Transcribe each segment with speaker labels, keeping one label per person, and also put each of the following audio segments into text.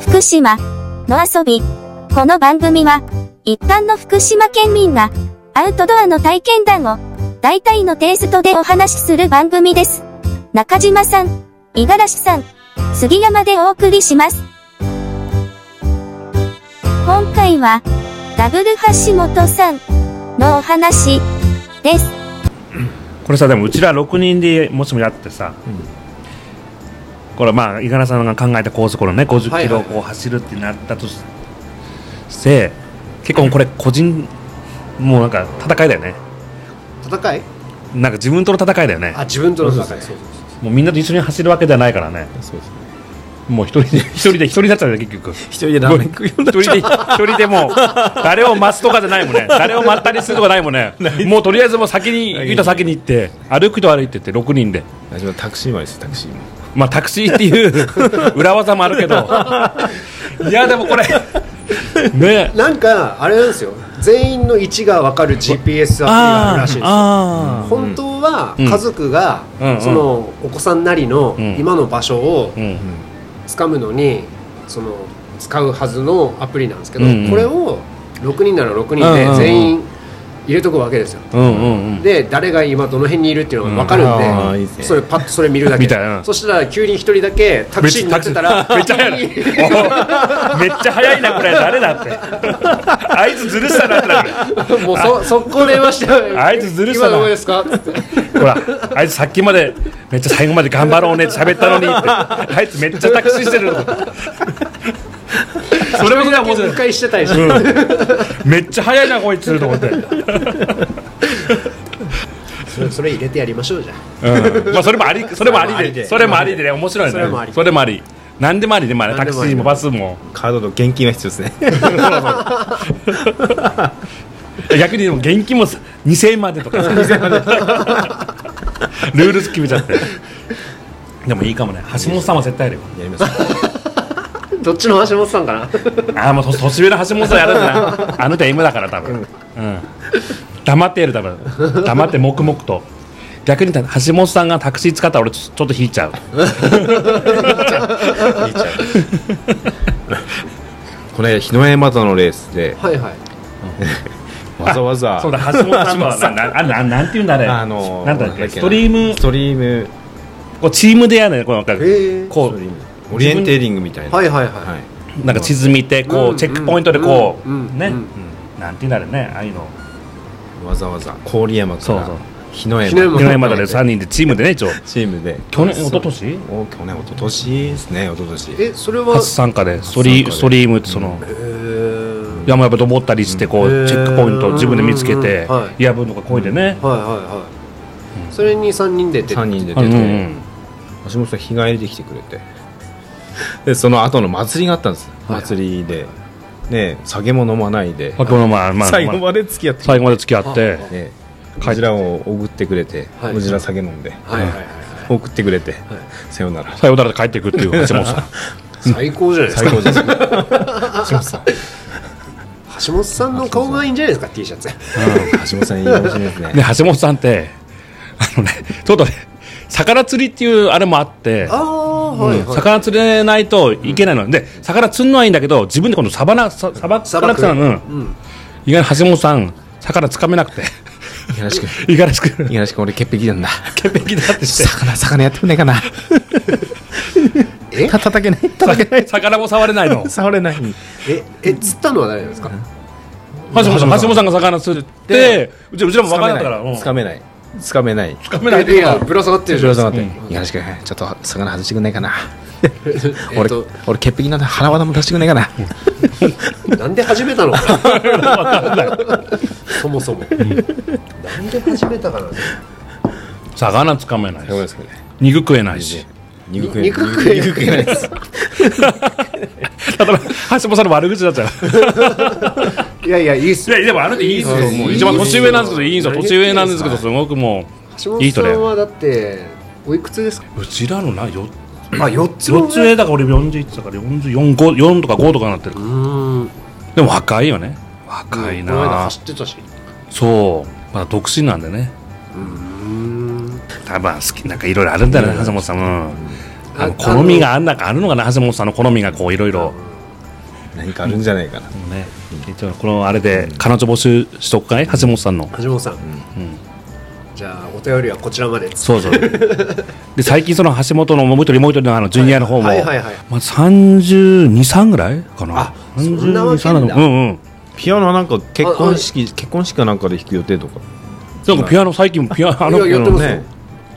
Speaker 1: 福島の遊び。この番組は、一般の福島県民が、アウトドアの体験談を、大体のテイストでお話しする番組です。中島さん、五十嵐さん、杉山でお送りします。今回は、ダブル橋本さんのお話です。
Speaker 2: これさでもうちら6人でもしもやってさ、これまあ五十嵐さんが考えた高速のね50キロをこう走るってなったとし,、て結構これ個人もうなんか戦いだよね
Speaker 3: 戦い
Speaker 2: なんか自分との戦いだよね
Speaker 3: あ自分との
Speaker 4: そう
Speaker 3: 戦
Speaker 4: そう
Speaker 3: い
Speaker 4: そう
Speaker 2: もうみんなと一緒に走るわけじゃないからね
Speaker 4: そうですね
Speaker 2: もう一人で一人で一人になっちゃうよね結局
Speaker 4: 一人でラーメン食いようになっ
Speaker 2: 一
Speaker 4: ちゃ
Speaker 2: 人
Speaker 4: う
Speaker 2: で一人でもう誰を待つとかじゃないもんね誰を待ったりするとかないもんねもうとりあえずもう先に言うた先に行って歩くと歩いてって6人で
Speaker 4: 大丈夫タクシーもですタクシーも
Speaker 2: まあタクシーっていう 裏技もあるけ どいやでもこれね
Speaker 3: なんかあれなんですよ全員の位置が分かる GPS アプリがあるらしいんですよ
Speaker 2: あ
Speaker 3: 本当は
Speaker 2: うん
Speaker 3: 家族が、
Speaker 2: うん
Speaker 3: そのお子さんなりの
Speaker 2: うん
Speaker 3: 今の場所を
Speaker 2: うん
Speaker 3: 掴むのにその使うはずのアプリなんですけど、
Speaker 2: うんうん
Speaker 3: これを6人なら6人
Speaker 2: うんうんう
Speaker 3: で
Speaker 2: ん
Speaker 3: 全員入れとくわけですよ
Speaker 2: うんうんうん
Speaker 3: で誰が今どの辺にいるっていうのが分かる
Speaker 4: うんあーいい
Speaker 3: ん
Speaker 4: です
Speaker 3: で、
Speaker 4: ね
Speaker 3: それパッとそれ見るだけ
Speaker 2: みたいな
Speaker 3: そしたら急に一人だけタクシーに乗って たら
Speaker 2: めっちゃ 早いなおめっちゃ早いなこれ誰だってあいつずるしたなってなる
Speaker 3: もうそ速攻電話して
Speaker 2: あいつずるさだ
Speaker 3: 今どこですか?」って
Speaker 2: ほらあいつさっきまでめっちゃ最後まで頑張ろうねって喋ったのにってあいつめっちゃタクシーしてるそれもそれは面白い
Speaker 3: 迂回してたりして、
Speaker 2: うんめっちゃ早いなこいつと思って、う
Speaker 3: それそれ入れてやりましょうじゃん
Speaker 2: んまあ、それもあ りそれもありでそ
Speaker 4: そ
Speaker 2: れもありでね面白いね
Speaker 3: それもあり
Speaker 2: それもあり何でもありでまあねタ
Speaker 3: 何
Speaker 2: ク
Speaker 3: で
Speaker 2: シ
Speaker 3: もあり
Speaker 2: ーもバスも
Speaker 4: カードと現金は必要ですね
Speaker 2: 逆にでも現金もさ2000円までと かさルール決めちゃってでもいいかもね橋本さんは絶対やるよ
Speaker 4: やります
Speaker 3: どっちの橋本さんかな
Speaker 2: ああもう年年上の橋本さんやるんだなあの人は M だから多分、うん、黙ってやる多分黙って黙々と逆にた橋本さんがタクシー使ったら俺ちょちょっと引いちゃう
Speaker 4: この間日の山とのレースで
Speaker 3: はいはい
Speaker 4: わざわざ
Speaker 2: そうだ橋本さんはななあななんていうんだあれ
Speaker 4: あの
Speaker 2: なんだっけ
Speaker 4: な
Speaker 2: ストリーム
Speaker 4: ストリーム
Speaker 2: こうチームでやるねこうなんか
Speaker 3: へえ
Speaker 2: こ
Speaker 4: ストリーム
Speaker 2: 分
Speaker 4: オリエンテーリングみたいな
Speaker 3: はいはいはい
Speaker 2: うなんか沈みてこ
Speaker 3: う
Speaker 2: うんチェックポイントでこう
Speaker 3: うん
Speaker 2: ね
Speaker 3: うん
Speaker 2: うんなんていうんだろうねああいうの
Speaker 4: わざわざ郡山か
Speaker 2: そう
Speaker 4: ら
Speaker 2: そう
Speaker 4: 日の
Speaker 3: 日の
Speaker 4: 山
Speaker 3: 山
Speaker 2: 去年まで3人でチームでね一応
Speaker 4: チームで
Speaker 2: 去年一昨年
Speaker 4: お去年一昨年ですね一昨年
Speaker 3: えそれは
Speaker 2: 初参加でストリ
Speaker 4: 初参加で
Speaker 2: ストリームってその
Speaker 3: えー
Speaker 2: 山やっぱ登ったりしてこ
Speaker 3: う
Speaker 2: うんチェックポイントを自分で見つけて
Speaker 3: うんうんうんはい
Speaker 2: やぶとかこいでね
Speaker 3: はいはいはい、それに三人で出て
Speaker 4: 3人で
Speaker 2: う
Speaker 4: 出
Speaker 2: んうんう
Speaker 4: て
Speaker 2: ん
Speaker 4: 橋本さん日帰りで来てくれてでその後の祭りがあったんです祭りでね酒も飲まないで
Speaker 2: まあこのまあまあ
Speaker 4: 最後
Speaker 2: まあ
Speaker 4: まで付き合って
Speaker 2: 最後まで付き合って
Speaker 3: は
Speaker 4: ねこちらをおぐってくれて
Speaker 3: はい
Speaker 4: こちら酒飲んで
Speaker 3: はいはいはいはい
Speaker 4: 送ってくれてさよなら
Speaker 2: さよならで帰ってくっていう橋本さん
Speaker 3: 最高じゃないです
Speaker 4: 最
Speaker 3: か
Speaker 4: 高です 橋本さん
Speaker 3: 橋本さんの顔がいいんじゃないですか T シャツ
Speaker 4: 橋本さんいい話ですね
Speaker 2: ね橋本さんってあのねちょっとね魚釣りっていうあれもあって
Speaker 3: ああはいはい、
Speaker 2: 魚釣れないといけないので魚釣るのはいいんだけど自分で今度さばなささばかなくちゃなのうん
Speaker 3: うん
Speaker 2: 意外に橋本さん魚つかめな くて
Speaker 4: 五十嵐君
Speaker 2: 五十嵐君
Speaker 4: 五十嵐君俺潔癖なんだ
Speaker 2: 潔癖だってして
Speaker 4: 魚魚やってくんないかなえ叩けない叩けない
Speaker 2: 魚も触れない の
Speaker 4: 触れない
Speaker 3: ええ釣ったのは誰なんですか
Speaker 2: 橋本さん橋本さんが魚釣ってうちうちらも分からなかったから
Speaker 4: つかめないつかめない
Speaker 2: つかめない
Speaker 3: いやぶら下がってるじゃ
Speaker 4: 後
Speaker 3: な
Speaker 4: ろ
Speaker 3: いです
Speaker 4: 下
Speaker 3: か
Speaker 4: がって「五十嵐君ちょっと魚外してくんないかな」
Speaker 3: えっ
Speaker 4: 俺
Speaker 3: と
Speaker 4: 俺潔癖なんだ腹技も出してくんないかな
Speaker 3: なんで始め たのかなそもそも、なんで始めたかな
Speaker 2: 魚つかめないし
Speaker 4: そうですね
Speaker 2: 肉食えないし
Speaker 4: 肉食え
Speaker 3: 肉食え
Speaker 4: 肉食えないです
Speaker 2: だから橋本さんの悪口だっちゃう
Speaker 3: いやいやいいっ す
Speaker 2: いやでもあの人いいですよもう一番年上なんですけどいいんですよ年上なんですけどすごくも
Speaker 3: 橋
Speaker 2: ういい
Speaker 3: 本さ
Speaker 2: 人で
Speaker 3: んはだっておいくつですか
Speaker 2: うちらのなよ
Speaker 3: あ四つ
Speaker 2: 四つ上だから俺41だから444とか5とかなってる
Speaker 3: うーん
Speaker 2: でも若いよね若い
Speaker 3: この間
Speaker 2: な
Speaker 3: 走ってたし
Speaker 2: そうまだ独身なんでね多分好きなんかいろいろあるんだよね橋本さんもあの好みがあんなかあるのかな橋本さんの好みがこういろいろ
Speaker 4: 何かあるんじゃないかな、
Speaker 2: もうね、一応このあれで彼女募集しとくかい橋本さんの、
Speaker 3: 橋本さん、じゃあお便りはこちらまで
Speaker 2: そうそうで最近その橋本のもう一人もう一人のあのジュニアの方も、
Speaker 3: はいはいはい
Speaker 2: まあ、323ぐらいかな
Speaker 3: あそんなわけなんだ
Speaker 2: 32 33うんうん
Speaker 4: ピアノはなんか結婚式結婚式かなんかで弾く予定とか
Speaker 2: なんかピアノ最近ピアノあ
Speaker 3: いや
Speaker 2: の
Speaker 3: やってますよ、
Speaker 4: ね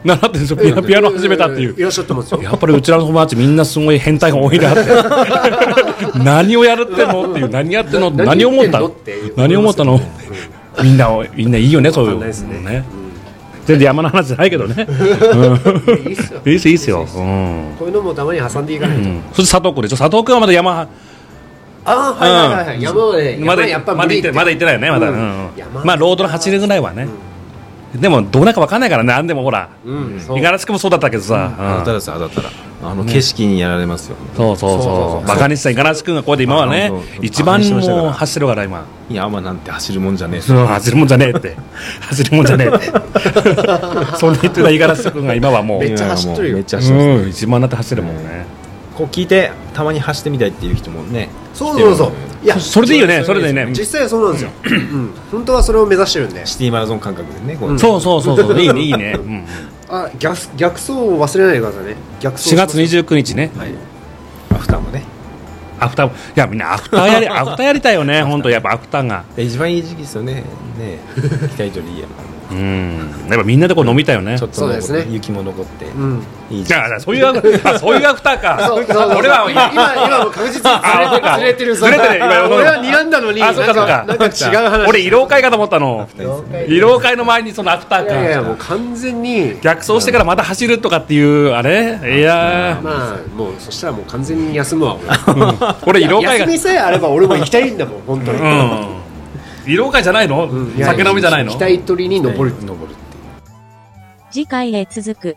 Speaker 2: 習ってるんですよピアノピアノ始めたっていう
Speaker 3: いらっしゃってますよ
Speaker 2: やっぱりうちらの友達みんなすごい変態が多いなって何をやるってのっていう何やってんの
Speaker 3: な
Speaker 2: 何を思った
Speaker 3: 何言
Speaker 2: の
Speaker 3: ってんのって
Speaker 2: 何を思ったの
Speaker 3: 思いま
Speaker 2: みんなをみんないいよねそうい
Speaker 3: わ
Speaker 2: う
Speaker 3: か
Speaker 2: ん
Speaker 3: ない
Speaker 2: の
Speaker 3: ですね
Speaker 2: 全然山の話じゃないけどね
Speaker 3: いいっすよ
Speaker 2: いいっすいいっすよ、うん
Speaker 3: こういうのもたまに挟んでいかないと、
Speaker 2: うんそして佐藤君でしょ佐藤君はまだ山
Speaker 3: ああはいはいはい、はい、山まで
Speaker 2: まだ
Speaker 3: 山やっぱ
Speaker 2: まだ
Speaker 3: 無理
Speaker 2: 行ってまだ行ってないよねまだ、うん
Speaker 3: うん山
Speaker 2: まあロードの走りぐらいはね、でもどうなるか分かんないからねあんでもほら
Speaker 3: うんそう
Speaker 2: 五十嵐君もそうだったけど
Speaker 4: 当
Speaker 2: さ、
Speaker 4: た
Speaker 2: うん
Speaker 4: らさ当たったらあの景色にやられますよ、
Speaker 2: そうそう
Speaker 3: そ
Speaker 2: そ
Speaker 3: うそうそう
Speaker 2: うバカにした五十嵐君がこうで今はね
Speaker 4: そうそうそう
Speaker 2: 一番
Speaker 4: 馬鹿にしてましたか
Speaker 2: もう
Speaker 4: ら
Speaker 2: 走るから今
Speaker 4: 山なんて走るもんじゃねえ
Speaker 2: そう走るもんじゃねえって走るもんじゃねえって そんな言ってた五十嵐君が今はもう
Speaker 3: めっちゃ走ってるよ
Speaker 4: めっちゃ走ってます、
Speaker 2: うん一番なって走るもんね、
Speaker 4: こう聞いてたまに走ってみたいっていう人もね
Speaker 3: そうそうそう
Speaker 4: 来てるので
Speaker 3: いや
Speaker 2: それでいいよねそれでいいね
Speaker 3: 実際はそうなんですよ、うん、本当はそれを目指してるんで
Speaker 4: シティマラソン感覚でねこう、
Speaker 3: うん
Speaker 2: そうそうそうそういいねいいね、うん、
Speaker 3: あ逆逆走を忘れないでくださいね逆走
Speaker 2: 4月
Speaker 3: 十
Speaker 2: 29日ね
Speaker 3: はい
Speaker 4: アフターもね
Speaker 2: アフターいやみんなアフター やりアフターやりたいよね本当やっぱアフターが
Speaker 4: で一番いい時期ですよね ね期待とりえ
Speaker 2: うんやっぱみんなでこう飲みたいよね
Speaker 4: ちょっと
Speaker 3: そう
Speaker 4: 残
Speaker 3: で
Speaker 4: っ
Speaker 3: すね
Speaker 4: 雪も残って、
Speaker 3: うん
Speaker 4: いい時
Speaker 2: じ
Speaker 4: 期
Speaker 2: ゃあそういうアフあそういうアフターか
Speaker 3: そうそうそう
Speaker 2: 俺は
Speaker 3: 今今も確実
Speaker 2: あそう
Speaker 3: に
Speaker 2: か
Speaker 3: ずれてる
Speaker 2: ずれてる今の
Speaker 3: 俺は睨んだのに
Speaker 2: あそうかそうか
Speaker 3: なんかなんか違う話
Speaker 2: 俺慰労会かと思ったの慰労会の前にそのアフター
Speaker 3: いやいや
Speaker 2: か
Speaker 3: もう完全に
Speaker 2: 逆走してからまた走るとかっていうあれいやー
Speaker 3: まあもうそしたらもう完全に休むわ
Speaker 2: 俺慰
Speaker 3: 俺
Speaker 2: 労会が
Speaker 3: 休みさえあれば俺も行きたいんだもん本当に、
Speaker 2: うん慰労会じゃないの
Speaker 3: うんいや
Speaker 2: 酒飲みじゃないの
Speaker 3: 行きたい鳥に登る
Speaker 4: 登るっていう
Speaker 5: 次回へ続く。